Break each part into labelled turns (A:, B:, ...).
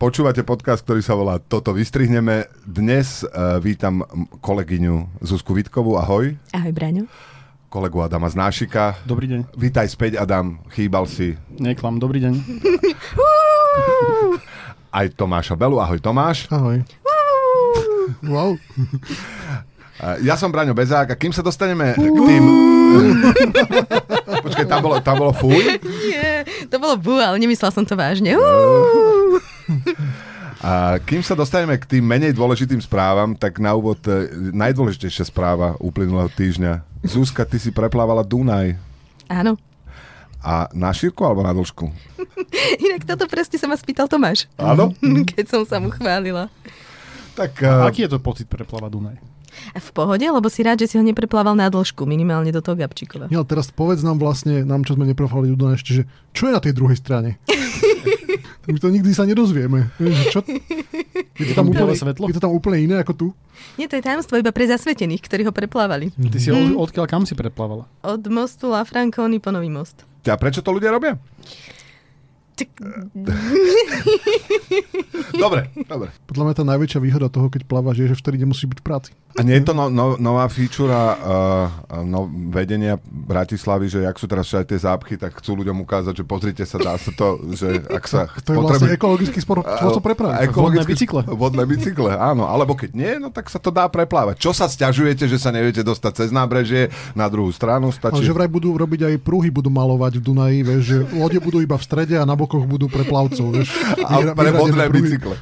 A: Počúvate podcast, ktorý sa volá Toto vystrihneme. Dnes uh, vítam kolegyňu Zuzku Vitkovú. Ahoj.
B: Ahoj, Braňo.
A: Kolegu Adama Znášika.
C: Dobrý deň.
A: Vítaj späť, Adam. Chýbal si.
C: Neklam, dobrý deň.
A: Aj Tomáša Belu. Ahoj, Tomáš.
D: Ahoj. Wow.
A: Uh, Ja som Braňo Bezák a kým sa dostaneme k tým... Počkaj, tam bolo, tam bolo fuj.
B: Nie, to bolo bu, ale nemyslela som to vážne. Uú.
A: A kým sa dostaneme k tým menej dôležitým správam, tak na úvod e, najdôležitejšia správa uplynulého týždňa. Zuzka, ty si preplávala Dunaj.
B: Áno.
A: A na šírku alebo na dĺžku?
B: Inak toto presne sa ma spýtal Tomáš.
A: Áno.
B: Keď som sa mu chválila.
A: Tak eh,
C: Aký je to pocit preplávať Dunaj?
B: A v pohode, lebo si rád, že si ho nepreplával na dĺžku, minimálne do toho Gabčíkova.
D: Ja, ale teraz povedz nám vlastne, nám čo sme neprofali do ešte, že čo je na tej druhej strane? My to nikdy sa nedozvieme. Vieš, že Čo? Je, to tam
C: Biele
D: úplne,
C: svetlo?
D: je to tam úplne iné ako tu?
B: Nie, to je tajomstvo iba pre zasvetených, ktorí ho preplávali.
C: Ty si od, odkiaľ kam si preplávala?
B: Od mostu La Franconi po Nový most.
A: a prečo to ľudia robia?
B: Tak,
A: Dobre, dobre.
D: Podľa mňa tá najväčšia výhoda toho, keď plávaš, je, že vtedy nemusíš byť v práci.
A: A nie je to no, no, nová featura uh, no, vedenia Bratislavy, že ak sú teraz všetky tie zápchy, tak chcú ľuďom ukázať, že pozrite sa, dá sa to, že ak sa Eh,
D: To je vlastne ekologický spor, spôsob prepravy.
A: ekologické-
C: Vodné bicykle.
A: Vodné bicykle, áno. Alebo keď nie, no tak sa to dá preplávať. Čo sa stiažujete, že sa neviete dostať cez nábrežie na druhú stranu?
D: Ale
A: Stačí...
D: že vraj budú robiť aj pruhy, budú malovať v Dunaji, vieš, že lode budú iba v strede a na bokoch budú pre plavcov, vieš.
A: Ale
D: Vyhra-
A: pre
D: vyhradené
A: vodné
D: pruhy.
A: bicykle.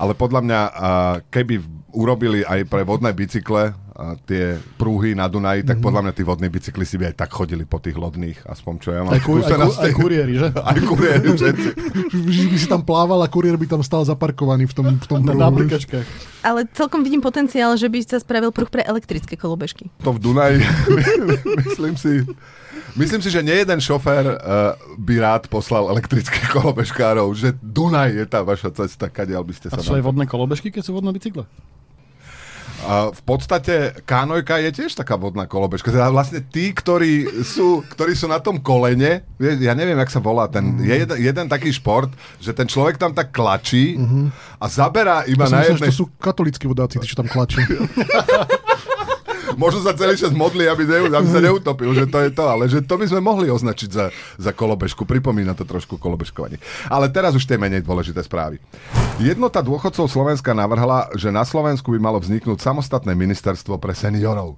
A: Ale podľa mňa, a keby v- urobili aj pre vodné bicykle a tie prúhy na Dunaji,
C: Mhm.
A: tak podľa mňa tí vodní bicykli si by aj tak chodili po tých lodných, aspoň čo ja mám.
C: Aj, ku, aj, ku,
A: skúsenosti.
C: aj kuriéri, že?
A: Aj kuriéri, všetci.
D: Že by si tam plával a kuriér by tam stál zaparkovaný v tom, v tom
C: Na,
D: pruhu,
C: na
D: vieš.
C: aplikačkách.
B: ale celkom vidím potenciál, že by sa spravil pruh pre elektrické kolobežky.
A: To v Dunaji, myslím si, myslím si, že nejeden šofér uh, by rád poslal elektrických kolobežkárov, že Dunaj je tá vaša cesta, kadiaľ by ste
C: A
A: sa...
C: to sú aj
A: dali.
C: vodné kolobežky, keď sú vodné bicykle?
A: A v podstate kánojka je tiež taká vodná kolobežka. Teda vlastne tí, ktorí sú, ktorí sú na tom kolene, vie- ja neviem, jak sa volá
D: Mhm.
A: ten, je jeden, jeden taký šport, že ten človek tam tak klačí a zaberá iba
D: Mhm. Ja som
A: na
D: myslel, že
A: jednej...
D: to sú katolícky vodáci, tí, čo tam klačia.
A: Možno sa celý čas modli, aby, ne, aby sa neutopil, že to je to, ale že to by sme mohli označiť za, za kolobežku. Pripomína to trošku kolobežkovanie. Ale teraz už tie menej dôležité správy. Jednota dôchodcov Slovenska navrhla, že na Slovensku by malo vzniknúť samostatné ministerstvo pre seniorov.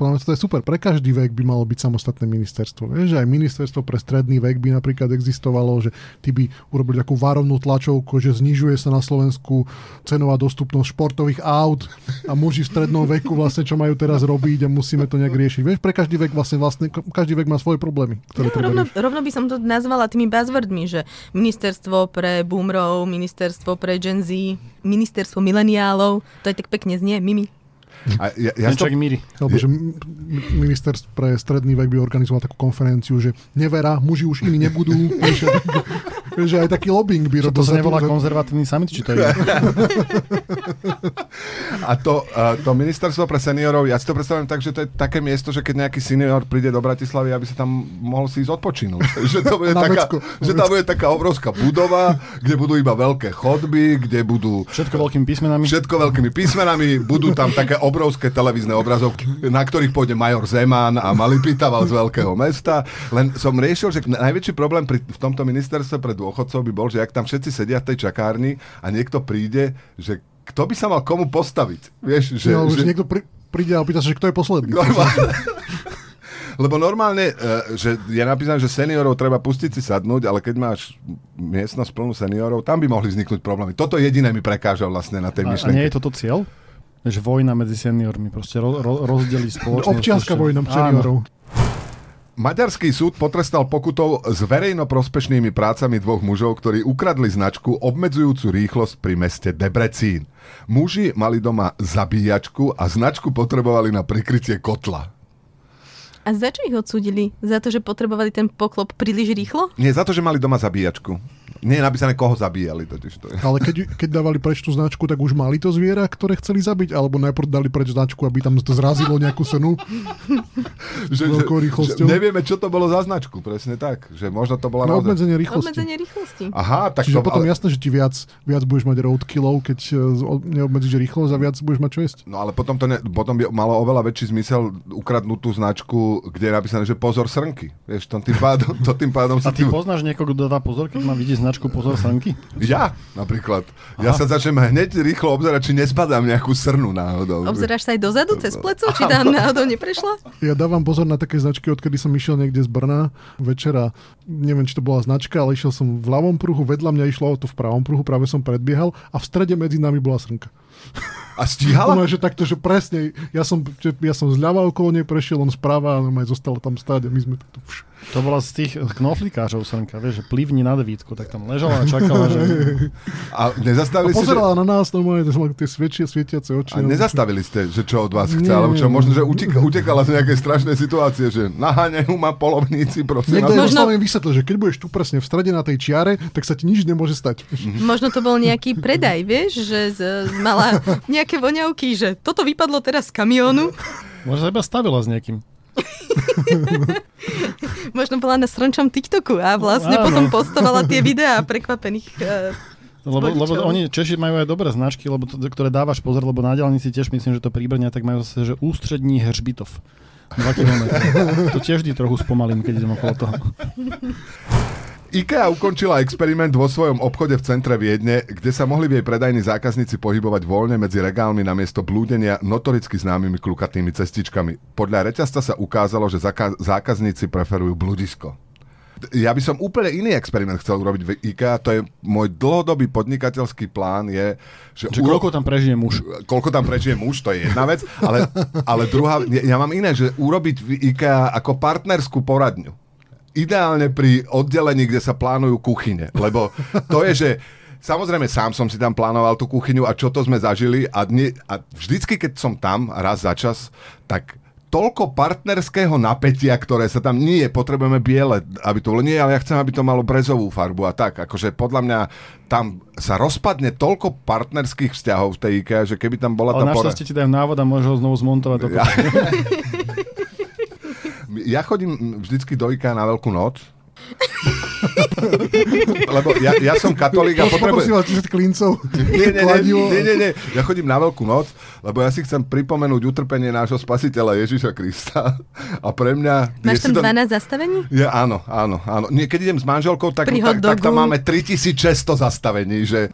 D: Podľa mňa to je super. Pre každý vek by malo byť samostatné ministerstvo. Vieš, že aj ministerstvo pre stredný vek by napríklad existovalo, že ty by urobili takú varovnú tlačovku, že znižuje sa na Slovensku cenová dostupnosť športových aut a muži v strednom veku vlastne čo majú teraz robiť a musíme to nejak riešiť. Vieš, pre každý vek vlastne, vlastne každý vek má svoje problémy, ktoré
B: No,
D: treba
B: rovno,
D: riešiť.
B: rovno by som to nazvala tými buzzwordmi, že ministerstvo pre boomerov, ministerstvo pre Gen Z, ministerstvo mileniálov, to aj tak pekne znie, mimi.
A: A ja, ja
C: Ja
A: to,
C: Tenčak míri.
D: Alebo že m- m- minister pre stredný vek by organizoval takú konferenciu, že nevera, muži už iní nebudú. Vieš, že- že aj taký lobbying
C: Čo
D: by robil.
C: to sa
D: za
C: nevolá
D: že-
C: konzervatívny summit, či to je?
A: a to, a to ministerstvo pre seniorov, ja si to predstavujem tak, že to je také miesto, že keď nejaký senior príde do Bratislavy, aby sa tam mohol si ísť odpočinúť. že, to bude
D: Na
A: taká,
D: vecku.
A: že tam bude taká obrovská budova, kde budú iba veľké chodby, kde budú
C: Všetko veľkými písmenami.
A: Všetko veľkými písmenami, budú tam také obrovské televízne obrazovky, na ktorých pôjde major Zeman a malý pitaval z veľkého mesta. Len som riešil, že najväčší problém pri, v tomto ministerstve pre dôchodcov by bol, že ak tam všetci sedia v tej čakárni a niekto príde, že kto by sa mal komu postaviť? Vieš, že...
C: No,
D: Ja,
A: že... No,
D: už niekto pri, príde a opýta sa, že kto je posledný.
A: Normálne. Lebo normálne, e, že je napísané, že seniorov treba pustiť si sadnúť, ale keď máš miestnosť plnú seniorov, tam by mohli vzniknúť problémy. Toto jediné mi prekáža vlastne na tej
C: A, a
A: myšlienke.
C: nie je toto cieľ? Že vojna medzi seniormi, proste ro, ro, rozdeli spoločnosť.
D: Občianska
C: proste.
D: vojna
C: Áno.
D: seniorov.
A: Maďarský súd potrestal pokutou s verejnoprospešnými prácami dvoch mužov, ktorí ukradli značku obmedzujúcu rýchlosť pri meste Debrecín. Muži mali doma zabíjačku a značku potrebovali na prikrytie kotla.
B: A A za čo ich odsúdili? Za to, že potrebovali ten poklop príliš rýchlo?
A: Nie, za to, že mali doma zabíjačku. Nie je napísané, koho zabíjali totiž to. je.
D: Ale keď, keď dávali preč tú značku, tak už mali to zviera, ktoré chceli zabiť, alebo najprv dali preč značku, aby tam zrazilo nejakú senu.
A: Že,
D: veľkou
A: že,
D: rýchlosťou.
A: nevieme, čo to bolo za značku, presne tak. Že možno to bola
D: Na
A: naozaj...
D: obmedzenie rýchlosti.
B: Obmedzenie rýchlosti.
A: Aha, tak
D: Čiže
A: to...
D: potom
A: ale-
D: jasné, že ti viac, viac budeš mať roadkillov, keď eh, z- o- neobmedzíš rýchlosť a viac budeš mať čo jesť.
A: No ale potom, to ne, potom by malo oveľa väčší zmysel ukradnúť tú značku, kde je napísané, že pozor srnky. Vieš, to tým pádom, to tým pádom
C: A
A: si
C: ty poznáš niekoho, kto dá pozor, keď má vidieť značku pozor sanky?
A: Ja napríklad. Ja sa začnem hneď rýchlo obzerať, či nespadám nejakú srnu náhodou.
B: Obzeráš sa aj dozadu cez pleco, či tam náhodou neprešla?
D: Ja dávam pozor na také značky, odkedy som išiel niekde z Brna večera. Neviem, či to bola značka, ale išiel som v ľavom pruhu, vedľa mňa išlo auto v pravom pruhu, práve som predbiehal a v strede medzi nami bola srnka.
A: A stíhala?
D: Ale... že takto, že presne, ja som, že ja som zľava okolo nej prešiel, on zprava a normálne zostala tam stáť a my sme takto... Pš.
C: To bola z tých knoflikáčov srnka, vieš, že plivni na devítku, tak tam ležala a čakala, že...
A: A
D: A
A: nezastavili ste, že...
D: pozerala na nás, normálne to mali tie svedčie, svietiace oči. no.
A: A nezastavili ste, že čo od vás chce,
D: Nie,
A: alebo čo,
D: nie,
A: možno, že utek- utekala z nejakej strašnej situácie, že naháňajú ma polovníci, prosím.
D: Niekto
A: vás.
D: jej
B: Možno-
D: možno... vysvetlil, že keď budeš tu presne v strede na tej čiare, tak sa ti nič nemôže stať.
B: Možno to bol nejaký predaj, vieš, že z, mala nejaké voňavky, že toto vypadlo teraz z kamionu.
C: Možno sa iba stavila s niekým.
B: Možno bola na srnčom TikToku a vlastne
C: Áno.
B: potom postovala tie videá prekvapených. eh,
C: Lebo, lebo
B: Vodičov.
C: oni Češi majú aj dobré značky, lebo to, ktoré dávaš pozor, lebo na diálnici tiež myslím, že to príbrňa, tak majú zase, že ústrední hřbitov. 2 km. To tiež vždy trochu spomalím, keď idem okolo toho.
A: IKEA ukončila experiment vo svojom obchode v centre Viedne, kde sa mohli v jej predajní zákazníci pohybovať voľne medzi regálmi namiesto blúdenia notoricky známymi klukatými cestičkami. Podľa reťazca sa ukázalo, že zaka- zákazníci preferujú bludisko. Ja by som úplne iný experiment chcel urobiť v IKEA, to je môj dlhodobý podnikateľský plán je, že,
C: Že koľko tam prežije muž?
A: koľko tam prečie muž, to je jedna vec, ale, ale druhá, ja ja mám iné, že urobiť v IKEA ako partnerskú poradňu. Ideálne pri oddelení, kde sa plánujú kuchyne, lebo to je, že Samozrejme, sám som si tam plánoval tú kuchyňu a čo to sme zažili a, dne, a vždycky, keď som tam raz za čas, tak toľko partnerského napätia, ktoré sa tam nie, potrebujeme biele, aby to bolo, nie, ale ja chcem, aby to malo brezovú farbu a tak. Akože podľa mňa tam sa rozpadne toľko partnerských vzťahov v tej IKEA, že keby tam bola tá
C: Ale
A: pora...
C: našťastie ti dajú návod a môžeš ho znovu zmontovať. Do
A: Ja, ja chodím vždycky do IKEA na Veľkú noc, lebo ja, ja som katolík a potrebujem...
D: Poprosím vás 10 klincov.
A: Nie, nie, nie,
D: kladivo.
A: nie, nie, nie. Ja chodím na Veľkú noc, lebo ja si chcem pripomenúť utrpenie nášho spasiteľa Ježiša Krista. A pre mňa... je
B: Máš
A: si
B: tam
A: to-
B: 12 zastavení?
A: Ja, áno, áno, áno. Nie, keď idem s manželkou, tak,
B: Pri
A: tak,
B: hot
A: tak tam
B: dogu.
A: máme 3600 zastavení, že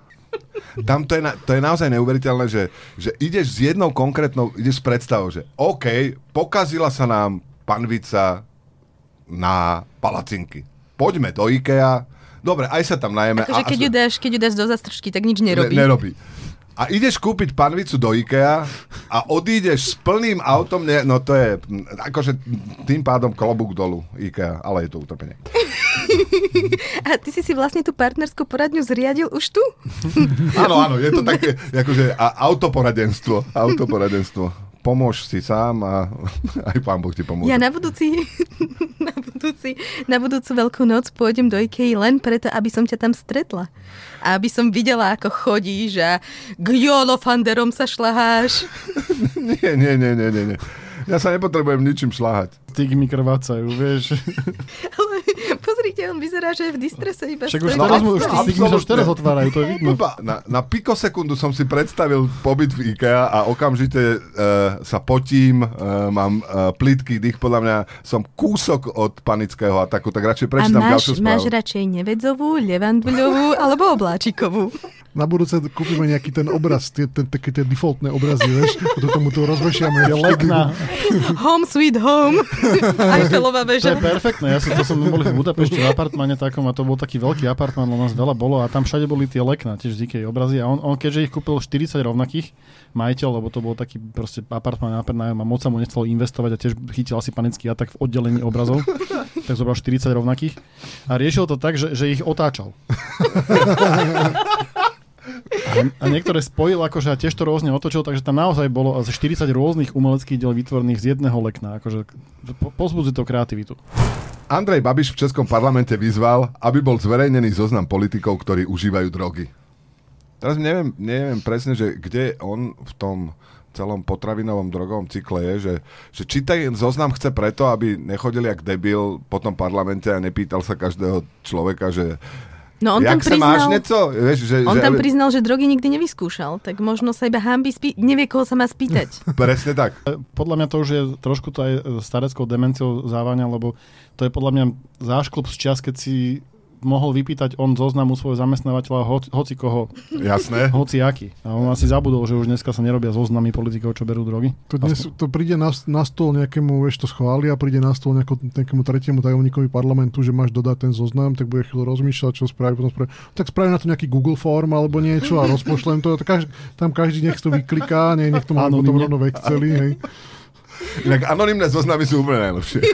A: tam to je, na, to je naozaj neuveriteľné, že, že ideš s jednou konkrétnou, ideš s predstavou, že OK, pokazila sa nám panvica na palacinky. Poďme do IKEA. Dobre, aj sa tam najeme.
B: Akože
A: a- a
B: keď ju dáš, keď ju dáš do zastrčky, tak nič nerobí.
A: Ne, nerobí. A ideš kúpiť panvicu do IKEA a odídeš s plným autom, ne, no to je, m, akože tým pádom klobúk dolu IKEA, ale je to utrpenie.
B: A ty si si vlastne tú partnerskú poradňu zriadil už tu?
A: Áno, áno, je to také, akože a, autoporadenstvo, autoporadenstvo. Pomôž si sám a aj pán Boh ti pomôže.
B: Ja na budúci, na budúci, na budúcu veľkú noc pôjdem do Ikei len preto, aby som ťa tam stretla. A aby som videla, ako chodíš a k jolofanderom sa šlaháš.
A: Nie, nie, nie, nie, nie, nie. Ja sa nepotrebujem ničím šláhať.
C: Tygmy krvácajú, vieš.
B: Ale pozrite, on vyzerá, že je v distrese iba
C: Však už
B: stojí.
A: No,
C: teraz, mu- už
A: absolútne.
C: tie tygmy sa už teraz otvárajú, to je vidno.
A: Iba na, na pikosekundu som si predstavil pobyt v IKEA a okamžite e, sa potím, e, mám e, plitky dých, podľa mňa som kúsok od panického ataku, tak radšej
B: A
A: prečítam ďalšiu správu.
B: máš, máš radšej nevedzovú, levanduľovú alebo obláčikovú.
D: Na budúce kúpime nejaký ten obraz, tie, ten, také tie defaultné obrazy, vieš, do tomu to
C: Je
D: rozvešiame.
C: lekná.
B: Home sweet home. Eiffelová
C: To je
B: väža.
C: perfektné, ja som, to som boli v Budapešti v apartmane takom a to bol taký veľký apartman, lebo nás veľa bolo a tam všade boli tie lekna, tiež z Ikei obrazy a on, on keďže ich kúpil 40 rovnakých majiteľ, lebo to bol taký proste apartman na nájom a moc sa mu nechcelo investovať a tiež chytil asi panický atak v oddelení obrazov, tak zobral 40 rovnakých a riešil to tak, že, že ich otáčal. A A niektoré spojil, akože a tiež to rôzne otočil, takže tam naozaj bolo asi 40 rôznych umeleckých diel vytvorných z jedného lekna. Akože po- pozbudzuje to kreativitu.
A: Andrej Babiš v Českom parlamente vyzval, aby bol zverejnený zoznam politikov, ktorí užívajú drogy. Teraz neviem, neviem presne, že kde on v tom celom potravinovom drogovom cykle je, že, že či ten zoznam chce preto, aby nechodil jak debil po tom parlamente a nepýtal sa každého človeka, že
B: No on
A: jak
B: tam
A: sa máš
B: priznal,
A: nieco? Vieš, že,
B: on
A: že,
B: tam priznal, že drogy nikdy nevyskúšal, tak možno sa iba hambi spí- nevie, koho sa má spýtať.
A: Presne tak.
C: Podľa mňa to už je trošku to aj e, stareckou demenciou závania, lebo to je podľa mňa zášklub z čas, keď si mohol vypýtať on zoznamu svojho zamestnávateľa hoci, hoci koho,
A: Jasné.
C: hoci aký. A on asi zabudol, že už dneska sa nerobia zoznamy politikov, čo berú drogy.
D: To, dnes,
C: Aspoň-
D: to príde na, na stôl nejakému, vieš, to schvália, príde na stôl nejako, nejakému tretiemu tajomníkovi parlamentu, že máš dodať ten zoznam, tak bude chvíľu rozmýšľať, čo spraví, potom spraví. Tak spraví na to nejaký Google form alebo niečo a rozpošlem to. to každý, tam každý nech to vykliká, nie, nech to má potom
C: Anonymne.
D: rovno v Exceli. Hej.
A: Inak anonimné zoznamy sú úplne najlepšie.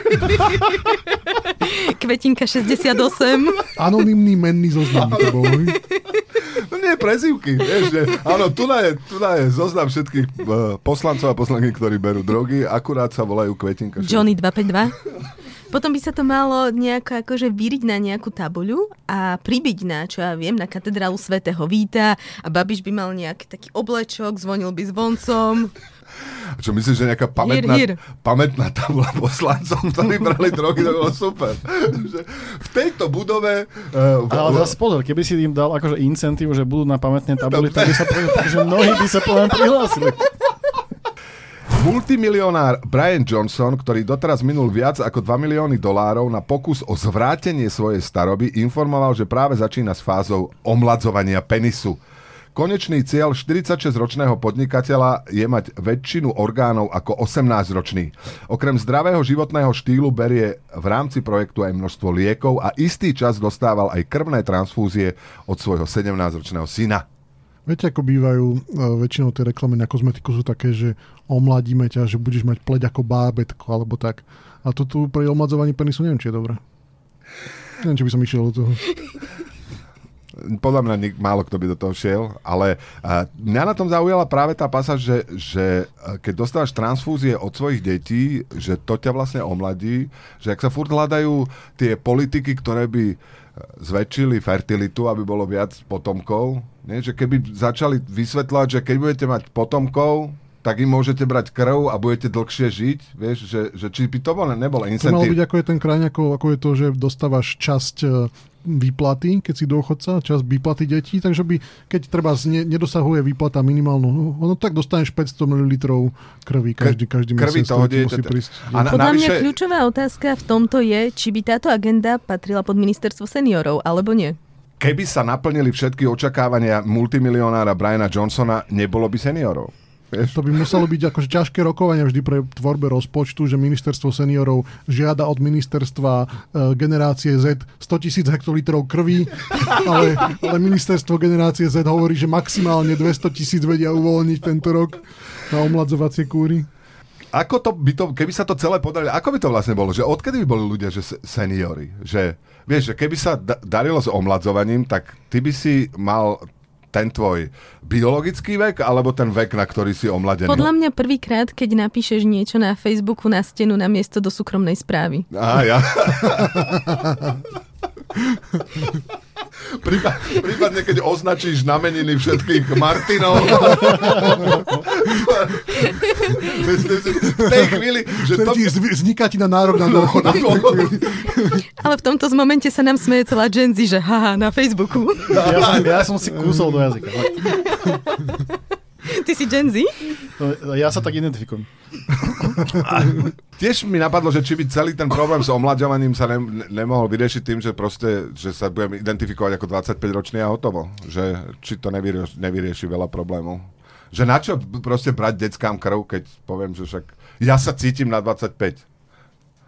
B: Kvetinka 68.
D: Anonymný menný zoznam to bol. hej.
A: No nie, prezivky. Vieš, že, áno, tu na je, tu na je zoznam všetkých e, poslancov a poslanky, ktorí berú drogy. Akurát sa volajú Kvetinka.
B: Johnny 252. Potom by sa to malo nejako akože vyriť na nejakú tabuľu a pribiť na, čo ja viem, na katedrálu svätého Víta a Babiš by mal nejaký taký oblečok, zvonil by zvoncom.
A: Čo myslíš, že nejaká pamätná,
B: Hier, hier.
A: pamätná tabula poslancov, ktorí brali drogy, to bolo super. Že v tejto budove... Uh,
C: Ale zase pozor, keby si im dal akože incentív, že budú na pamätnej tabuli, tak by sa poviem, že mnohí by sa poviem prihlásili.
A: Multimilionár Brian Johnson, ktorý doteraz minul viac ako 2 milióny dolárov na pokus o zvrátenie svojej staroby, informoval, že práve začína s fázou omladzovania penisu. Konečný cieľ 46-ročného podnikateľa je mať väčšinu orgánov ako 18-ročný. Okrem zdravého životného štýlu berie v rámci projektu aj množstvo liekov a istý čas dostával aj krvné transfúzie od svojho 17-ročného syna.
D: Viete, ako bývajú e, väčšinou tie reklamy na kozmetiku sú také, že omladíme ťa, že budeš mať pleť ako bábetko alebo tak. A to tu pri omladzovaní penisu neviem, či je dobré. Neviem, či by som išiel do toho.
A: podľa mňa nik, málo kto by do toho šiel, ale uh, mňa na tom zaujala práve tá pasáž, že, že eh, keď dostávaš transfúzie od svojich detí, že to ťa vlastne omladí, že ak sa furt hľadajú tie politiky, ktoré by eh, zväčšili fertilitu, aby bolo viac potomkov, nie? že keby začali vysvetľovať, že keď budete mať potomkov, tak im môžete brať krv a budete dlhšie žiť, vieš, že, že či by to bol, nebolo
D: To malo byť
A: incentív.
D: ako je ten kraň, ako, ako je to, že dostávaš časť e, výplaty, keď si dôchodca, časť výplaty detí, takže by, keď treba ne, nedosahuje výplata minimálnu, no, no, tak dostaneš 500 ml krvi každý, každý
A: krvi toho
D: mesiac. ktorý ti musí
A: dieťaťa.
D: prísť.
A: A na-
B: Podľa
A: navyše-
B: mňa kľúčová otázka v tomto je, či by táto agenda patrila pod ministerstvo seniorov, alebo nie.
A: Keby sa naplnili všetky očakávania multimilionára Briana Johnsona, nebolo by seniorov. Vieš?
D: To by muselo byť akože ťažké rokovanie vždy pre tvorbe rozpočtu, že ministerstvo seniorov žiada od ministerstva e, generácie Z 100 tisíc hektolitrov krvi, ale, ale ministerstvo generácie Z hovorí, že maximálne 200 tisíc vedia uvoľniť tento rok na omladzovacie kúry.
A: Ako to by to, keby sa to celé podarilo, ako by to vlastne bolo? Že odkedy by boli ľudia, že se- seniori? Že, vieš, že keby sa da- darilo s omladzovaním, tak ty by si mal ten tvoj biologický vek, alebo ten vek, na ktorý si omladený?
B: Podľa
C: no.
B: mňa prvýkrát, keď napíšeš niečo na Facebooku na stenu na miesto do súkromnej správy.
A: Á, ja. Prípad, prípadne, keď označíš nameniny všetkých Martinov. Myslím si, v tej chvíli, že to...
D: Ten ti zv- vzniká ti na nárok na dôchod.
B: Ale v tomto momente sa nám smeje celá Gen Z, že haha, na Facebooku.
C: Ja som, ja som si kúsol do jazyka.
B: Ty si Gen Z?
C: To- No, Ja sa tak identifikujem.
A: Tiež mi napadlo, že či by celý ten problém s omlaďovaním sa ne, ne, nemohol vyriešiť tým, že proste, že sa budem identifikovať ako 25-ročný a hotovo. Že, či to nevyrieši, nevyrieši veľa problémov. Že na čo b- proste brať deckám krv, keď poviem, že však ja sa cítim na 25.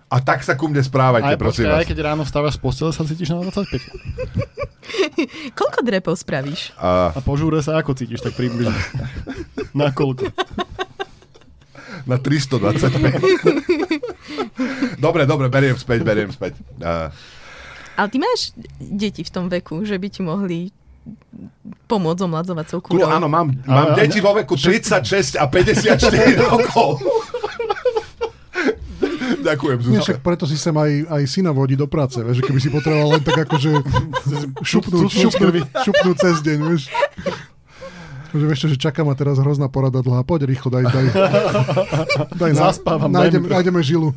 A: A tak sa ku mne správajte, aj,
C: Aj,
A: prosím
C: počkaj, aj
A: počkaj, vás.
C: keď ráno vstávaš z postele, sa cítiš na 25.
B: Koľko drepov spravíš?
A: A
C: A po žúre sa ako cítiš, tak približne. Na koľko?
A: na 325. dobre, dobre, beriem späť, beriem späť. A,
B: Ale ty máš deti v tom veku, že by ti mohli pomôcť omladzovať
A: Kulo, No áno, mám, mám
C: Ale-
A: deti vo veku 36 a 54 rokov. Ďakujem,
D: Nie,
A: Zuzka.
D: však preto si sem aj, aj syna vodí do práce, vieš, že keby si potreboval len tak akože šupnúť,
C: Cucnúť z krvi.
D: šupnúť, šupnúť cez deň, vieš. Že vieš čo, že čaká ma teraz hrozná porada dlhá. Poď rýchlo, daj, daj. daj
C: Zaspávam, daj
D: nájdem,
C: mi to.
D: nájdeme žilu.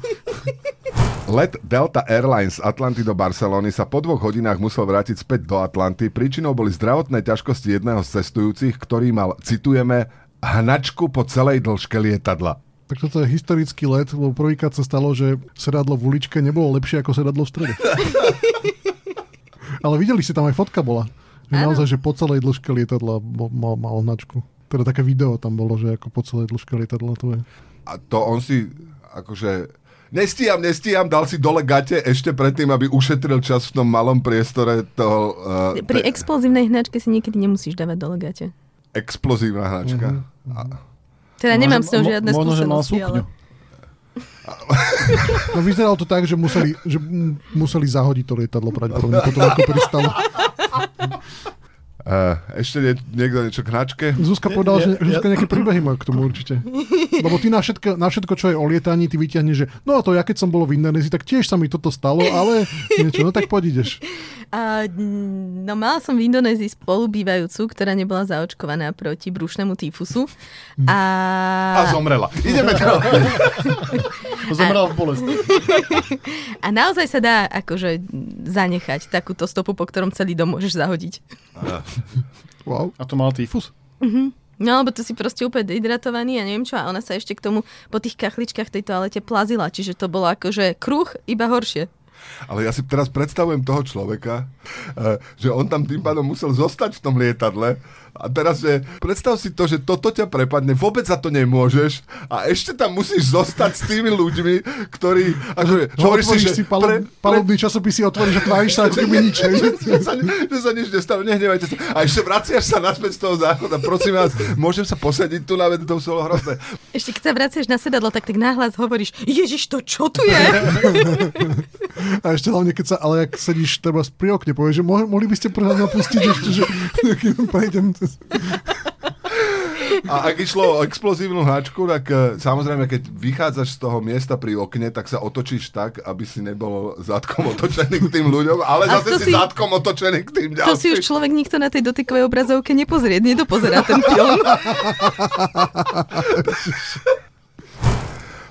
A: Let Delta Airlines z Atlanty do Barcelony sa po dvoch hodinách musel vrátiť späť do Atlanty. Príčinou boli zdravotné ťažkosti jedného z cestujúcich, ktorý mal, citujeme, hnačku po celej dĺžke lietadla.
D: Tak toto je historický let, lebo prvýkrát sa stalo, že sedadlo v uličke nebolo lepšie ako sedadlo v strede. Ale videli ste, tam aj fotka bola. Že
B: Áno.
D: naozaj, že po celej dĺžke lietadla bo- mal, mal značku. Teda také video tam bolo, že ako po celej dĺžke lietadla to je.
A: A to on si, akože, nestíham, nestíham, dal si dole gate ešte predtým, aby ušetril čas v tom malom priestore toho... Uh,
B: Pri explozívnej hnačke si niekedy nemusíš dávať do legate.
A: explozívna hnačka. Mm-hmm. A,
B: Teda nemám s ňou
C: Možno-
B: žiadne
C: možno, že mal
B: skúsenosti, ale...
C: sukňu.
D: No vyzeralo to tak, že museli, že m- museli zahodiť to lietadlo pravdepodobne potom, ako pristalo.
A: uh, ešte nie, niekto niečo k hnačke?
D: Zuzka povedala,
C: Ja-
D: že,
C: ja-
D: že Zuzka nejaké príbehy má k tomu určite. Lebo ty na všetko, na všetko, čo je o lietaní, ty vyťahneš, že no a to ja keď som bol v Indonézii, tak tiež sa mi toto stalo, ale niečo, no tak poď ideš.
B: A, mm, no mala som v Indonézii spolubývajúcu, ktorá nebola zaočkovaná proti brušnému týfusu.
C: Hm.
B: A...
A: A zomrela. Ideme ďalej.
C: Zomrel v bolesti.
B: a naozaj sa dá akože zanechať takúto stopu, po ktorom celý dom môžeš zahodiť.
D: Wow.
C: A to mal tyfus?
B: No, lebo to si proste úplne dehydratovaný a neviem čo. A ona sa ešte k tomu po tých kachličkách tej toalete plazila. Čiže to bolo akože kruh, iba horšie.
A: Ale ja si teraz predstavujem toho človeka, eh, že on tam tým pádom musel zostať v tom lietadle a teraz, že predstav si to, že toto ťa prepadne, vôbec za to nemôžeš a ešte tam musíš zostať s tými ľuďmi, ktorí, akože,
D: Že
A: hovoríš si,
D: No, otvoríš
A: že
D: si palub, palubný časopisy otvoríš a tváriš sa, ako keby nič. hej?
A: že sa, že sa nič nestalo, nehnevajte sa. A ešte vraciaš sa naspäť z toho záchoda. Prosím vás, môžem sa posadiť tu na vedu, to už bolo hrozné.
B: Ešte keď sa vraciaš na sedadlo, tak tak náhlas hovoríš, Ježiš, to čo tu je?
D: A ešte hlavne, keď sa, ale ak sedíš treba pri okne, povieš, že mohli, mohli by ste pre mňa pustiť ešte, že prejdem cez...
A: A ak išlo o explozívnu hnačku, tak e, samozrejme, keď vychádzaš z toho miesta pri okne, tak sa otočíš tak, aby si nebol zadkom otočený k tým ľuďom, ale
B: A
A: zase
B: to
A: si, si
B: si-
A: zadkom otočený k tým ďalším.
B: To si už človek nikto na tej dotykovej obrazovke nepozrie, nedopozerá ten film.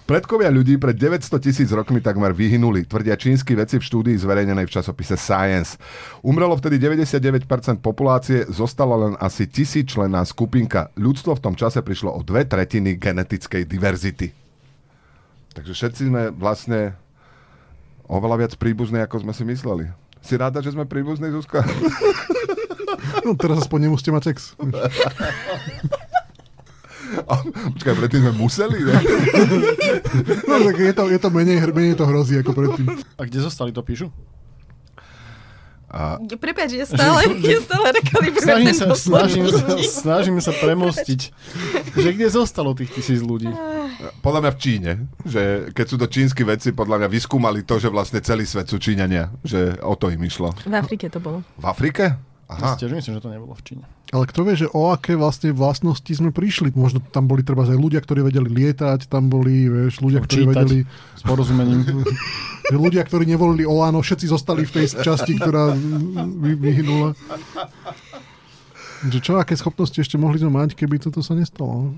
A: Predkovia ľudí pred 900 tisíc rokmi takmer vyhynuli, tvrdia čínsky vedci v štúdii zverejnenej v časopise Science. Umrelo vtedy 99% populácie, zostala len asi tisíčlená skupinka. Ľudstvo v tom čase prišlo o dve tretiny genetickej diverzity. Takže všetci sme vlastne oveľa viac príbuzní, ako sme si mysleli. Si ráda, že sme príbuzní, Zuzka?
D: No teraz aspoň nemusíte mať sex.
A: A, Počkaj, predtým sme museli, ne?
D: No tak je to, je to menej, hr- menej to hrozí ako predtým.
C: A kde zostali, to píšu?
B: Prepáč, ja stále, ja stále rekalibrujem
C: Snažím
B: ten
C: sa,
B: posledný.
C: snažím, sa, snažím sa premostiť, že kde zostalo tých tisíc ľudí.
A: Podľa mňa v Číne, že keď sú to čínsky vedci, podľa mňa vyskúmali to, že vlastne celý svet sú Číňania, že o to im išlo.
B: V Afrike to bolo.
A: V Afrike?
C: Ja
A: Aha.
C: si tiež myslím, že to nebolo v Číne.
D: Ale kto vie, že o aké vlastne vlastnosti sme prišli? Možno tam boli treba aj ľudia, ktorí vedeli lietať, tam boli vieš, ľudia,
C: Čítať
D: ktorí vedeli...
C: s porozumením.
D: Že ľudia, ktorí nevolili Olano, všetci zostali v tej časti, ktorá vy, vyhynula. Že čo, aké schopnosti ešte mohli sme mať, keby toto sa nestalo?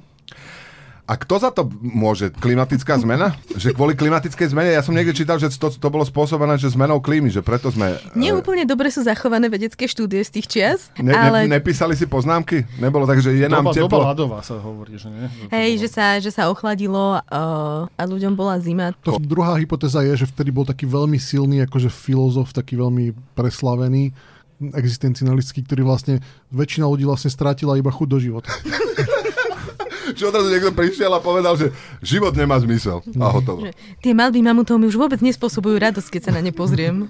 A: A kto za to môže? Klimatická zmena? Že kvôli klimatickej zmene, ja som niekde čítal, že to, to bolo spôsobené že zmenou klímy, že preto sme... e,
B: Neúplne dobre sú zachované vedecké štúdie z tých čias,
A: Ne,
B: ale
A: ne, nepísali si poznámky? Nebolo tak, že je nám
C: Doba, doba
A: teplo.
C: ľadová sa hovorí, že nie? to
B: hej,
C: bolo-
B: že sa, že sa ochladilo uh, a ľuďom bola zima.
D: To druhá hypotéza je, že vtedy bol taký veľmi silný akože filozof, taký veľmi preslavený existencionalistický, ktorý vlastne väčšina ľudí vlastne strátila iba chuť do života.
A: Že odrazu niekto prišiel a povedal, že život nemá zmysel. A hotovo.
B: Že tie malby mamutov mi už vôbec nespôsobujú radosť, keď sa na ne pozriem.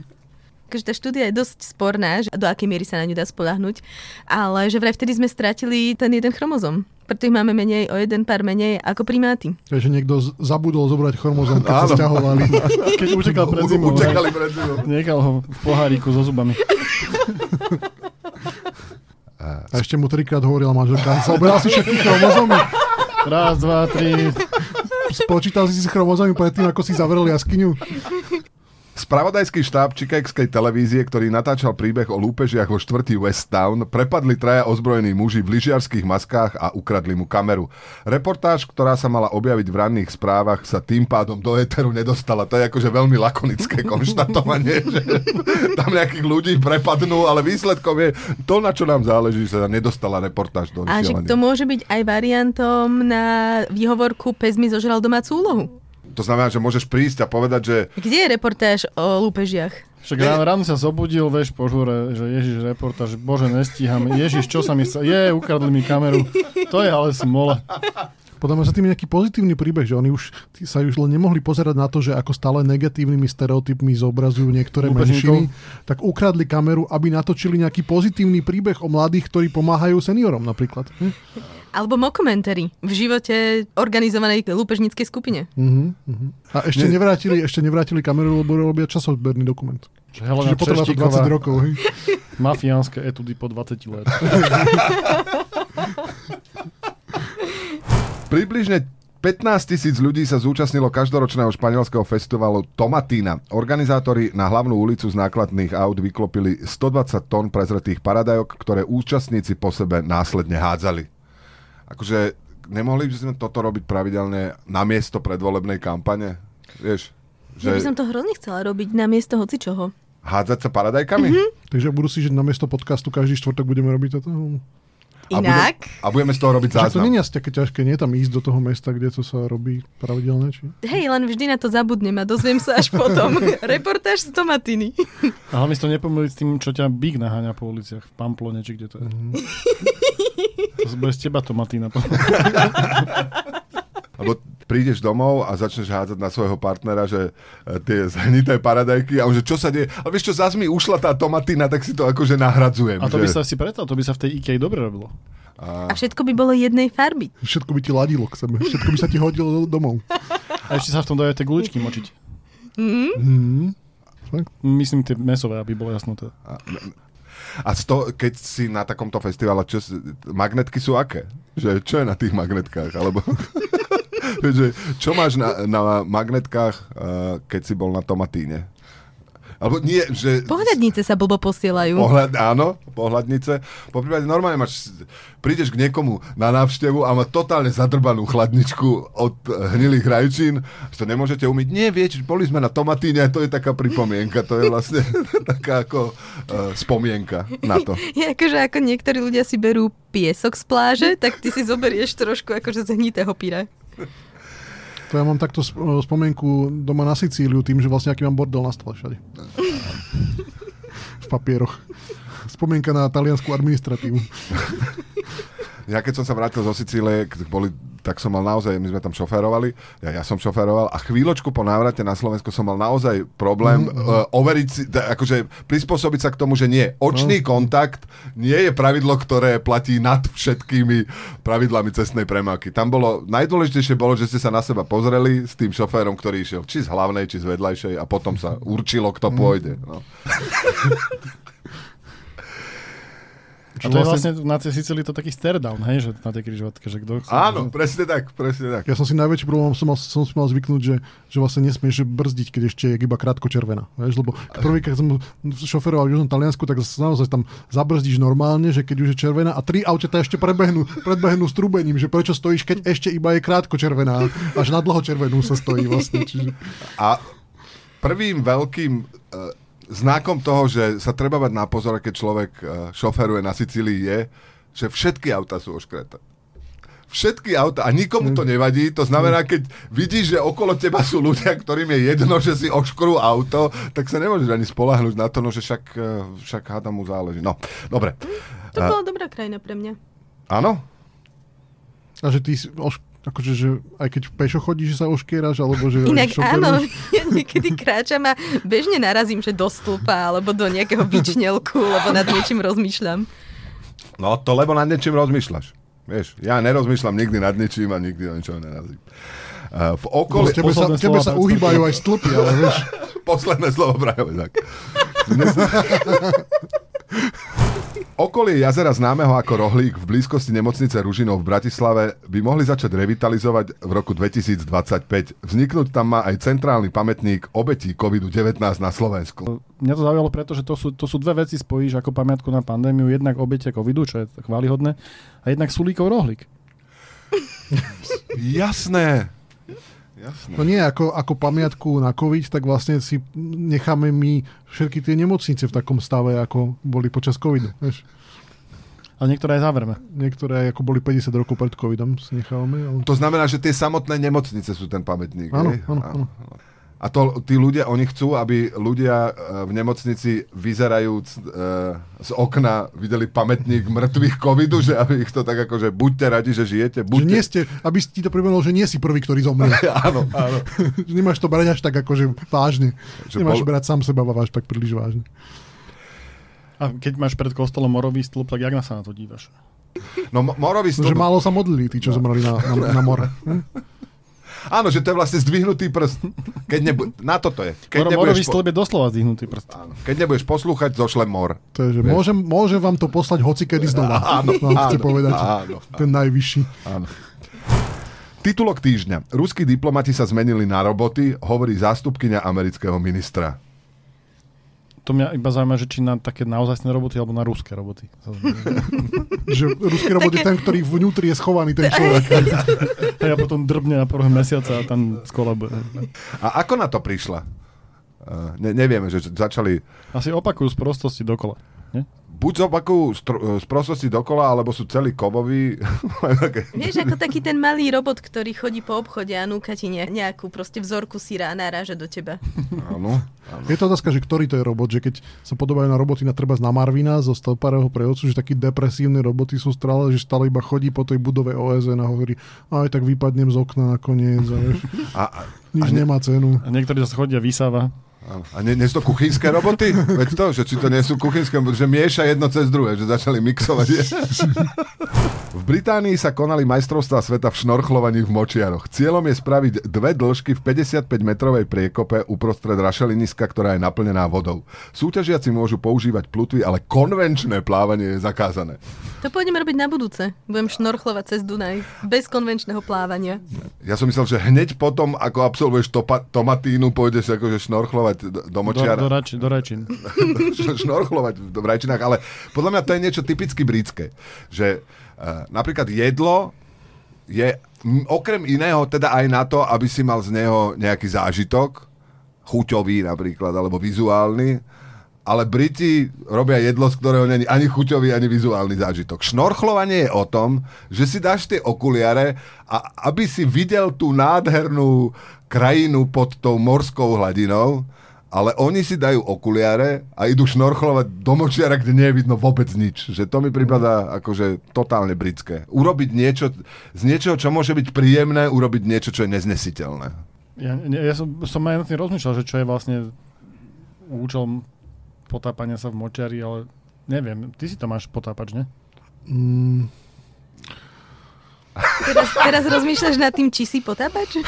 B: Takže tá štúdia je dosť sporná, že do akej miery sa na ňu dá spolahnuť, ale že vraj vtedy sme stratili ten jeden chromozom. Preto ich máme menej, o jeden pár menej ako primáty.
D: Takže niekto z- zabudol zobrať chromozom, keď
A: Áno.
D: sa stiahovali.
C: Keď utekal pred
A: U-
C: zimou.
A: Utekali pred zimou.
C: Niekal ho v poháriku so zubami.
A: E,
D: A ešte mu trikrát hovorila manželka, zobral si všetky chromozómy.
C: Raz, dva, tri.
D: Spočítal si si chromozómy predtým, ako si zavrel jaskyňu.
A: Spravodajský štáb Chicagskej televízie, ktorý natáčal príbeh o lúpežiach vo štvrti West Town, prepadli traja ozbrojení muži v lyžiarských maskách a ukradli mu kameru. Reportáž, ktorá sa mala objaviť v ranných správach, sa tým pádom do éteru nedostala. To je akože veľmi lakonické konštatovanie, že tam nejakých ľudí prepadnú, ale výsledkom je to, na čo nám záleží, že sa nedostala reportáž do
B: A že
A: vysielania.
B: to môže byť aj variantom na výhovorku pes mi zožral domácu úlohu.
A: To znamená, že môžeš prísť a povedať, že
B: Kde je reportáž o lúpežiach?
C: Však ráno, ráno sa zobudil, vieš, po žúre, že Ježiš reportáž, bože, nestíham. Ježiš, čo sa mi stalo? Je, ukradli mi kameru. To je ale smola.
D: Podľa mňa sa tým je nejaký pozitívny príbeh, že oni už tí sa už len nemohli pozerať na to, že ako stále negatívnymi stereotypmi zobrazujú niektoré
C: Lúpežníkov.
D: menšiny, tak ukradli kameru, aby natočili nejaký pozitívny príbeh o mladých, ktorí pomáhajú seniorom napríklad. Hm?
B: Alebo mockumentary v živote organizovanej lúpežníckej skupine.
D: A ešte nevrátili, ešte nevrátili kameru, lebo robia časozberný dokument.
C: Že Helena
D: Čiže potrvá to 20
C: Češtíková,
D: rokov. Hej?
C: mafiánske etudy po 20 let.
A: Približne 15 tisíc ľudí sa zúčastnilo každoročného španielského festivalu Tomatína. Organizátori na hlavnú ulicu z nákladných aut vyklopili 120 tón prezretých paradajok, ktoré účastníci po sebe následne hádzali. Akože nemohli by sme toto robiť pravidelne na miesto predvolebnej kampane? Vieš,
B: Ja by som
A: že
B: to hrozne chcela robiť na miesto hocičoho.
A: hádzať sa paradajkami?
B: Mhm.
D: Takže budú si, že namiesto podcastu každý štvrtok budeme robiť toto.
B: Inak,
A: A budeme, a budeme z toho robiť
D: Čiže to
A: záznam.
D: nie je až také ťažké, nie je tam ísť do toho mesta, kde to sa robí pravidelne. Či?
B: hej, len vždy na to zabudnem a dozviem sa až potom. reportáž z Tomatiny.
C: A hlavne si to nepomýliť s tým, čo ťa Big naháňa po uliciach v Pamplone, či kde to je.
D: Mhm.
C: To bude z teba to Matína.
A: Lebo prídeš domov a začneš hádzať na svojho partnera, že e, tie zhnité paradajky a on, že čo sa deje? Ale vieš čo, zás mi ušla tá tomatina, tak si to akože nahradzujem.
C: A to by
A: že...
C: sa si preto, to by sa v tej IKEA dobre robilo.
B: A všetko by bolo jednej farby.
D: Všetko by ti ladilo k sebe, všetko by sa ti hodilo do- domov.
C: A ešte sa v tom dajú aj tie guličky močiť.
D: Mm.
C: Myslím tie mesové, aby bolo jasno teda.
A: a sto, keď si na takomto festivale, čo, s- magnetky sú aké? Že čo je na tých magnetkách? Alebo... Vieš, že čo máš na, na magnetkách, e, keď si bol na tomatíne? Alebo nie, že...
B: Pohľadnice sa blbo posielajú.
A: Pohľad, áno, pohľadnice. Po prípade normálne máš, prídeš k niekomu na návštevu a má totálne zadrbanú chladničku od eh, hnilých rajčín, že to nemôžete umyť. Nie, viete, boli sme na tomatíne, to je taká pripomienka, to je vlastne taká ako uh, spomienka na to.
B: Je akože ako niektorí ľudia si berú piesok z pláže, tak ty si zoberieš trošku akože z hnitého pyra.
D: To ja mám takto sp- eh, spomienku doma na Sicíliu tým, že vlastne aký mám bordel na stole všade. V papieroch. Spomienka na taliansku administratívu.
A: Ja keď som sa vrátil zo Sicílie, k- boli, tak som mal naozaj, my sme tam šoférovali, ja, ja som šoféroval a chvíľočku po návrate na Slovensko som mal naozaj problém mm-hmm. uh, overiť si, da, akože prispôsobiť sa k tomu, že nie, očný kontakt nie je pravidlo, ktoré platí nad všetkými pravidlami cestnej premávky. Tam bolo, najdôležitejšie bolo, že ste sa na seba pozreli s tým šoférom, ktorý išiel či z hlavnej, či z vedľajšej a potom sa určilo, kto pôjde. No.
C: A to je vlastne na tej Sicílii to taký stare down, hej, že na tej križovatke, že kto chce.
A: Áno, presne tak, presne tak.
D: Ja som si najväčší problém som, mal, som si mal zvyknúť, že, že vlastne nesmieš brzdiť, keď ešte je iba krátko červená. Vieš? Lebo prvý, keď som šoferoval v Južnom Taliansku, tak sa naozaj tam zabrzdíš normálne, že keď už je červená a tri auteta ešte prebehnú, predbehnú s trubením, že prečo stojíš, keď ešte iba je krátko červená. Až na dlho červenú sa stojí vlastne. Čiže...
A: A prvým veľkým e, znakom toho, že sa treba mať na pozor, keď človek e, šoferuje na Sicílii, je, že všetky auta sú oškreté. Všetky auta, a nikomu to nevadí, to znamená, keď vidíš, že okolo teba sú ľudia, ktorým je jedno, že si oškrú auto, tak sa nemôžeš ani spolahnuť na to, no, že však, e, však hada mu záleží. No, dobre. Eh,
B: To bola dobrá krajina pre mňa.
A: Áno?
D: A že ty si, oš, akože, že aj keď pešo chodíš, že sa oškieraš, alebo že
B: Inak áno,
D: šoferuješ?
B: ja niekedy kráčam a bežne narazím, že do stĺpa alebo do nejakého vyčnelku, lebo nad niečím rozmýšľam.
A: No to lebo nad niečím rozmýšľaš. Vieš, ja nerozmýšľam nikdy nad niečím a nikdy o ničom nenarazím. E, V okolí...
D: Tebe sa,
C: Posledné
D: tebe
C: slova
D: sa
C: pán
D: uhýbajú aj stĺpy, ale vieš.
A: Posledné slovo práve tak. Dnes... Okolie jazera známeho ako Rohlík v blízkosti nemocnice Ružinov v Bratislave by mohli začať revitalizovať v roku 2025. Vzniknúť tam má aj centrálny pamätník obetí COVID-19 na Slovensku.
C: Mňa to zaujalo preto, že to sú, to sú dve veci spojíš ako pamiatku na pandémiu. Jednak obete covidu, čo je chválihodné, a jednak Sulíkov rohlík.
A: Jasné.
D: No nie, ako, ako pamiatku na COVID, tak vlastne si necháme my všetky tie nemocnice v takom stave, ako boli počas covidu. Vieš.
C: A niektoré aj zavrme.
D: Niektoré, ako boli 50 rokov pred covidom, si nechávame. Ale...
A: To znamená, že tie samotné nemocnice sú ten pamätník.
D: Áno,
A: hej?
D: áno,
A: A-
D: áno.
A: A to tí ľudia, oni chcú, aby ľudia e, v nemocnici vyzerajúc e, z okna videli pamätník mŕtvych covidu, že aby ich to tak ako, že buďte radi, že žijete,
D: Že
A: buďte...
D: nie ste, aby si ti to pripomenul, že nie si prvý, ktorý zomrie.
A: Áno, áno.
D: Že Nemáš to brať až tak akože vážne.
A: Že
D: Nemáš
A: bol-
D: brať sám seba váš tak príliš vážne.
C: A keď máš pred kostolom morový stĺp, tak jak na sa na to dívaš?
A: No mo- morový
D: No, že
A: stĺp.
D: málo sa modlili tí, čo
A: No.
D: zomreli na, na, na more. Hm?
A: Áno, že to je vlastne zdvihnutý prst. Keď nebu- na toto je. Keď
C: Mor- morový
A: nebudeš, po-
C: stĺp je doslova zdvihnutý prst.
A: áno, keď nebudeš poslúchať, zošle mor.
D: To je, že môžem, môžem vám to poslať hoci kedy znova.
A: Áno,
D: vám
A: áno,
D: chce No, povedať
A: áno,
D: ten najvyšší.
A: Titulok týždňa. Ruskí diplomati sa zmenili na roboty, hovorí zástupkyňa amerického ministra.
C: To mňa iba zaujíma, že či na také naozajstné roboty alebo na ruské roboty. sa zmenili.
D: Že ruský robot je
B: Také-
D: ten, ktorý vnútri je schovaný, ten človek.
C: A ja potom drbne na prvého mesiaca a tam skolabuje.
A: A ako na to prišla? Eh, Ne, nevieme, že začali
C: Asi opakujú z prostosti dokola. Nie?
A: buď zopakujú str- e, z prostosti dokola, alebo sú celí kovoví. Majú také-
B: Vieš, ako taký ten malý robot, ktorý chodí po obchode a núka ti ne- nejakú proste vzorku síra a naráža do teba.
A: Áno.
D: Je to otázka, že ktorý to je robot, že keď sa podobajú na roboty na treba na Marvina zo stĺpareho prevodcu, že takí depresívne roboty sú stále, že stále iba chodí po tej budove OSN a hovorí, aj tak vypadnem z okna nakoniec, a vieš,
A: A, a,
D: nič nemá cenu.
C: A niektorí zase chodia vysáva.
A: áno. a nie, nie sú to kuchynské roboty? Veď to, že či to nie sú kuchynské, že mieša jedno cez druhé, že začali mixovať. v Británii sa konali majstrovstvá sveta v šnorchlovaní v močiaroch. Cieľom je spraviť dve dĺžky v 55-metrovej priekope uprostred rašeliniska, ktorá je naplnená vodou. Súťažiaci môžu používať plutvy, ale konvenčné plávanie je zakázané.
B: To pôjdem robiť na budúce. Budem šnorchlovať cez Dunaj. Bez konvenčného plávania.
A: Ja som myslel, že hneď potom, ako absolvuješ topa- tomatínu, pôjdeš akože šnorchlovať do, do
C: Do, do,
A: močiara.
C: rači, do rajčín.
A: šnorchlovať v v rajčinách, ale podľa mňa to je niečo typicky britské. Že uh, napríklad jedlo je m, okrem iného teda aj na to, aby si mal z neho nejaký zážitok, chuťový napríklad, alebo vizuálny, ale Briti robia jedlo, z ktorého není ani chuťový, ani vizuálny zážitok. Šnorchlovanie je o tom, že si dáš tie okuliare a aby si videl tú nádhernú krajinu pod tou morskou hladinou, ale oni si dajú okuliare a idú šnorchlovať do močiara, kde nie je vidno vôbec nič. Že to mi prípada akože totálne britské. Urobiť niečo, z niečoho, čo môže byť príjemné, urobiť niečo, čo je neznesiteľné.
C: Ja, ne- ja som, som aj nad tým rozmýšľal, že čo je vlastne účelom potápania sa v močiari, ale neviem. Ty si to máš potápač, ne?
B: Teraz, teraz rozmýšľaš nad tým, či si potápač?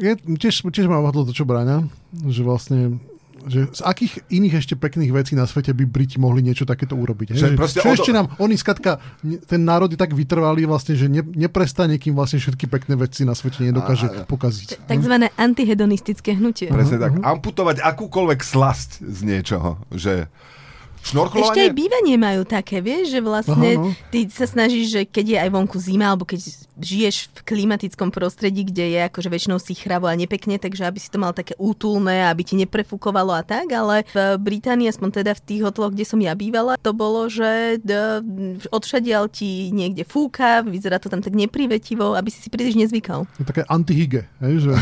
D: Je, tiež, tiež ma vadlo to, čo bráňa, že vlastne že z akých iných ešte pekných vecí na svete by Briti mohli niečo takéto urobiť.
A: Že
D: Že, že,
A: proste
D: čo
A: odo-
D: ešte nám, oni skatka, ten národ je tak vytrvalý vlastne, že ne, neprestane, kým vlastne všetky pekné veci na svete nedokáže pokaziť.
B: Takzvané antihedonistické hnutie.
A: Presne tak. Amputovať akúkoľvek slasť z niečoho. Že
B: Ešte aj
A: šnorchlovanie...
B: bývanie majú také, vieš, že vlastne
D: Aha, no.
B: ty sa snažíš, že keď je aj vonku zima, alebo keď žiješ v klimatickom prostredí, kde je akože väčšinou sichravo a nepekne, takže aby si to mal také útulné, aby ti neprefúkovalo a tak, ale v Británii, aspoň teda v tých hoteloch, kde som ja bývala, to bolo, že d- odšadial ti niekde fúka, vyzerá to tam tak neprivetivo, aby si si príliš nezvykal.
D: Je také antihygge, hej, že,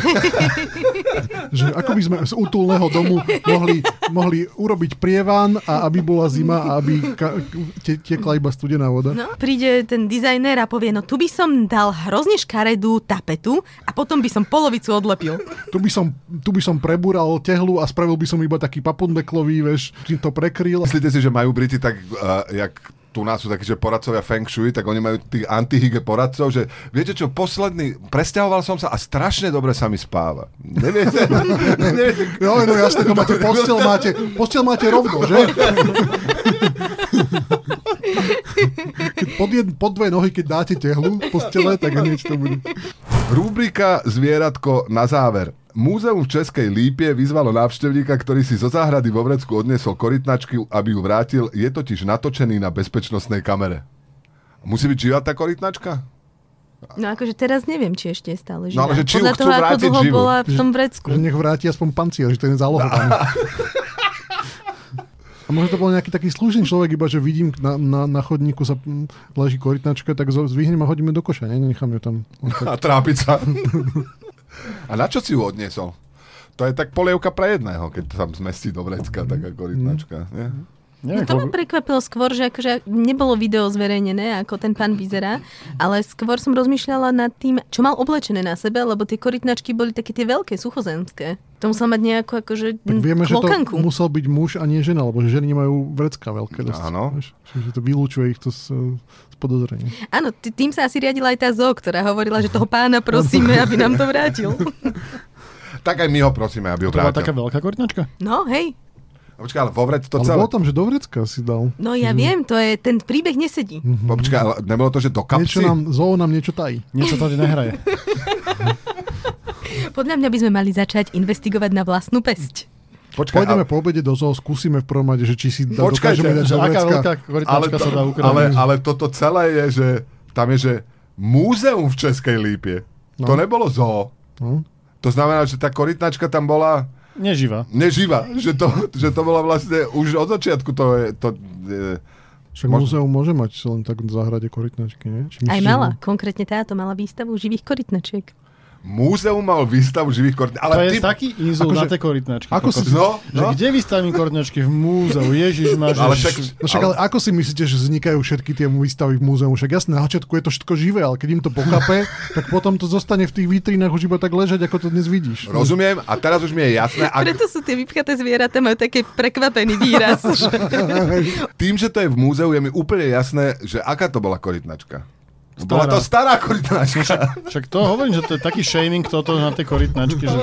D: že ako by sme z útulného domu mohli, mohli urobiť prievan a aby bola zima a aby ka, te, tekla iba studená voda.
B: No, príde ten dizajner a povie, no tu by som dal hrozne škaredú tapetu a potom by som polovicu odlepil.
D: Tu by, som, tu by som prebúral tehlu a spravil by som iba taký papundeklový, vieš, tým to prekryl.
A: Myslíte si, že majú Briti tak, uh, jak tu nás sú takí, že poradcovia Feng Shui, tak oni majú tých antihygge poradcov, že viete čo, posledný, presťahoval som sa a strašne dobre sa mi spáva. Neviete? neviete
D: Jo, no jasne, to máte postel, máte, postel máte rovno, že? Keď pod, jed, pod dve nohy, keď dáte tehlu v postele, tak hneď to bude.
A: Rubrika Zvieratko na záver. Múzeum v Českej Lípie vyzvalo návštevníka, ktorý si zo záhrady vo vrecku odniesol korytnačky, aby ju vrátil. Je totiž natočený na bezpečnostnej kamere. Musí byť živá tá korytnačka?
B: No akože teraz neviem, či ešte je stále
A: No,
B: živá.
A: ale že či ju
B: Podľa
A: chcú
B: toho, ako
A: vrátiť
B: dlho
A: živú.
B: bola v tom vrecku.
D: Že Akože nech vráti aspoň pancier, že ten je zálohovaný. A možno to bol nejaký taký slušný človek, iba že vidím na, na, na chodníku sa mm, leží korytnačka, tak zo- zvihnem a hodíme do koša, ne? Nechám ju tam.
A: A trápiť sa. A na čo si ju odniesol? To je tak polievka pre jedného, keď tam zmestí do vrecka taká korytnačka. Nie?
B: No
C: Neviem,
B: to ma
C: koľko-
B: prekvapilo skôr, že akože nebolo video zverejnené, ako ten pán vyzerá, ale skôr som rozmýšľala nad tým, čo mal oblečené na sebe, lebo tie korytnačky boli také tie veľké, suchozemské. To musel mať nejakú akože
D: Tak vieme, že to
B: klokanku.
D: musel byť muž a nie žena, lebo že ženy nemajú vrecka veľké. dosť,
A: Áno.
D: vieš. Čiže to vylúčuje ich to z, z podozrenia.
B: Áno, t- tým sa asi riadila aj tá zo, ktorá hovorila, že toho pána prosíme, aby nám to vrátil.
A: Tak aj my ho prosíme, aby ho
C: To bola taká
A: vrátil.
C: veľká korytnačka?
B: No hej,
A: A Počkaj, ale vo vrec to
D: Ale
A: celé...
D: bolo tam, že do vrecka si dal.
B: no ja viem, to je, ten príbeh nesedí.
D: Mhm.
A: Počkaj, ale nebolo to, že do
D: Niečo
A: kapsy?
D: nám, zoo nám niečo tají.
C: Niečo tady nehraje.
B: Podľa mňa by sme mali začať investigovať na vlastnú pesť.
A: Počkaj,
D: Pôjdeme
A: ale,
D: po obede do zoo, skúsime v prvom rade, že či si dá,
A: Počkajte,
D: dokážeme dať
C: Že
D: do
C: aká
D: vrecka.
C: veľká
A: ale,
C: korytnačka
A: to,
C: sa dá
A: ale,
C: ukradnúť?
A: ale toto celé je, že tam je, že múzeum v Českej Lípie. No. To nebolo zoo.
D: No.
A: To znamená, že tá korytnačka tam bola
C: Neživá.
A: neživá. Že to, že to bola vlastne už od začiatku to je... To, je
D: Však
A: Možno-
D: múzeum môže mať len tak v záhrade korytnačky, nie? Či
B: Aj
D: myslíš, že-
B: mala, konkrétne táto mala výstavu živých korytnačiek.
A: múzeum mal výstavu živých korytnaček. Ale
C: To je
A: ty...
C: taký inzult
D: Akože-
C: na tie korytnačky.
D: Ako
C: kokos.
D: si-
A: No,
C: Že
A: no.
C: kde vystavím korytnačky? V múzeu. Ježiš máš.
A: Ale tak,
D: No však ale ako si myslíte, že vznikajú všetky tie výstavy v múzeu? Však jasné, na začiatku je to všetko živé, ale keď im to pokape, tak potom to zostane v tých vitrínach už iba tak ležať, ako to dnes vidíš.
A: rozumiem a teraz už mi je jasné, ak,
B: Preto sú tie vypchaté zvieratá, majú taký prekvapený výraz. že-
A: Tým, že to je v múzeu, je mi úplne jasné, že aká to bola korytnačka. Stará. Bola to stará korytnačka.
C: Však to hovorím, že to je taký shaming toto na tie korytnačky. Že...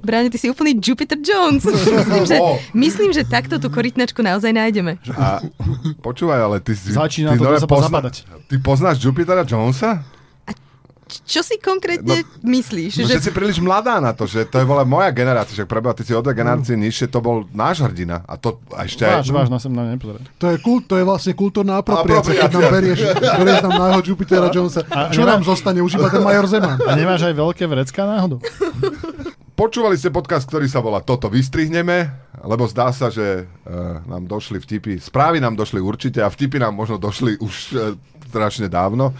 B: Bráne, ty si úplný Jupiter Jones. Myslím, že,
A: O.
B: myslím, že takto tú korytnačku naozaj nájdeme.
A: A počúvaj, ale ty si...
C: Začína
A: ty
C: toto
A: nové
C: sa zapadať.
A: Ty poznáš Jupitera Jonesa?
B: Čo si konkrétne myslíš?
A: No,
B: že...
A: že... si príliš mladá na to, že to je bola moja generácia, však preba, ty si o dve generácie nižšie, to bol náš hrdina. A to a ešte
C: Mm. Váš,
A: aj...
C: váš, na sem na mňa nepozeraj.
D: To je, kult, to je vlastne kultúrna apropriácia, keď
A: Apropriácia.
D: nám berieš, berieš nám náhod Jupitera Jonesa.
C: A-
D: Čo
C: nemá-
D: nám zostane? Už iba ten Major Zeman.
C: A nemáš aj veľké vrecká náhodou?
A: Počúvali ste podcast, ktorý sa volá Toto vystrihneme, lebo zdá sa, že e, nám došli vtipy, správy nám došli určite a vtipy nám možno došli už e, strašne dávno. E,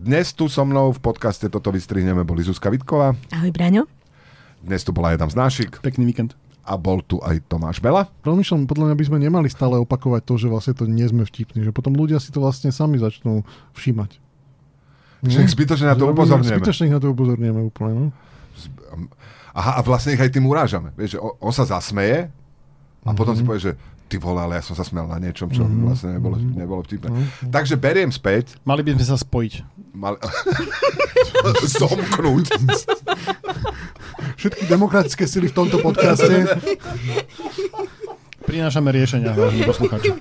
A: dnes tu so mnou v podcaste Toto vystrihneme boli Zuzka Vitková,
B: Ahoj, Braňo.
A: dnes tu bola Adam Znášik
C: Pekný víkend.
A: a bol tu aj Tomáš Bela.
D: Promýšľam, podľa mňa by sme nemali stále opakovať to, že vlastne to nie sme vtipní, že potom ľudia si to vlastne sami začnú všímať.
A: Však zbytočne na to
D: Robíme-
A: upozorňujeme.
D: Zbytočne ich na to upozorňujeme úplne. No?
A: Aha, a vlastne ich aj tým urážame. Vieš, že o- on sa zasmeje a potom si povie, že ty vole, ale ja som sa smel na niečom, čo vlastne nebolo, nebolo vtipné. Takže beriem späť
C: Mali by sme sa spojiť.
A: mal... zomknúť.
D: Všetky demokratické sily v tomto podcaste.
C: Prinášame riešenia, vážení poslucháči.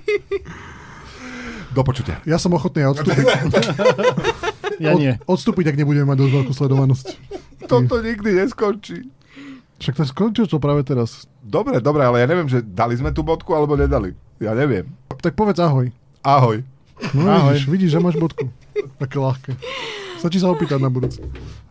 A: Do počutia.
D: Ja som ochotný aj odstúpiť.
C: Ja nie.
D: Od, odstúpiť, ak nebudeme mať dosť veľkú sledovanosť.
A: Toto nikdy neskončí.
D: Však to skončil to práve teraz.
A: Dobre, dobre, ale ja neviem, že dali sme tú bodku alebo nedali. Ja neviem.
D: Tak povedz ahoj.
A: Ahoj.
D: No,
C: Ahoj.
D: Vidíš, vidíš, že máš bodku. Také ľahké. Stačí sa opýtať na budúce.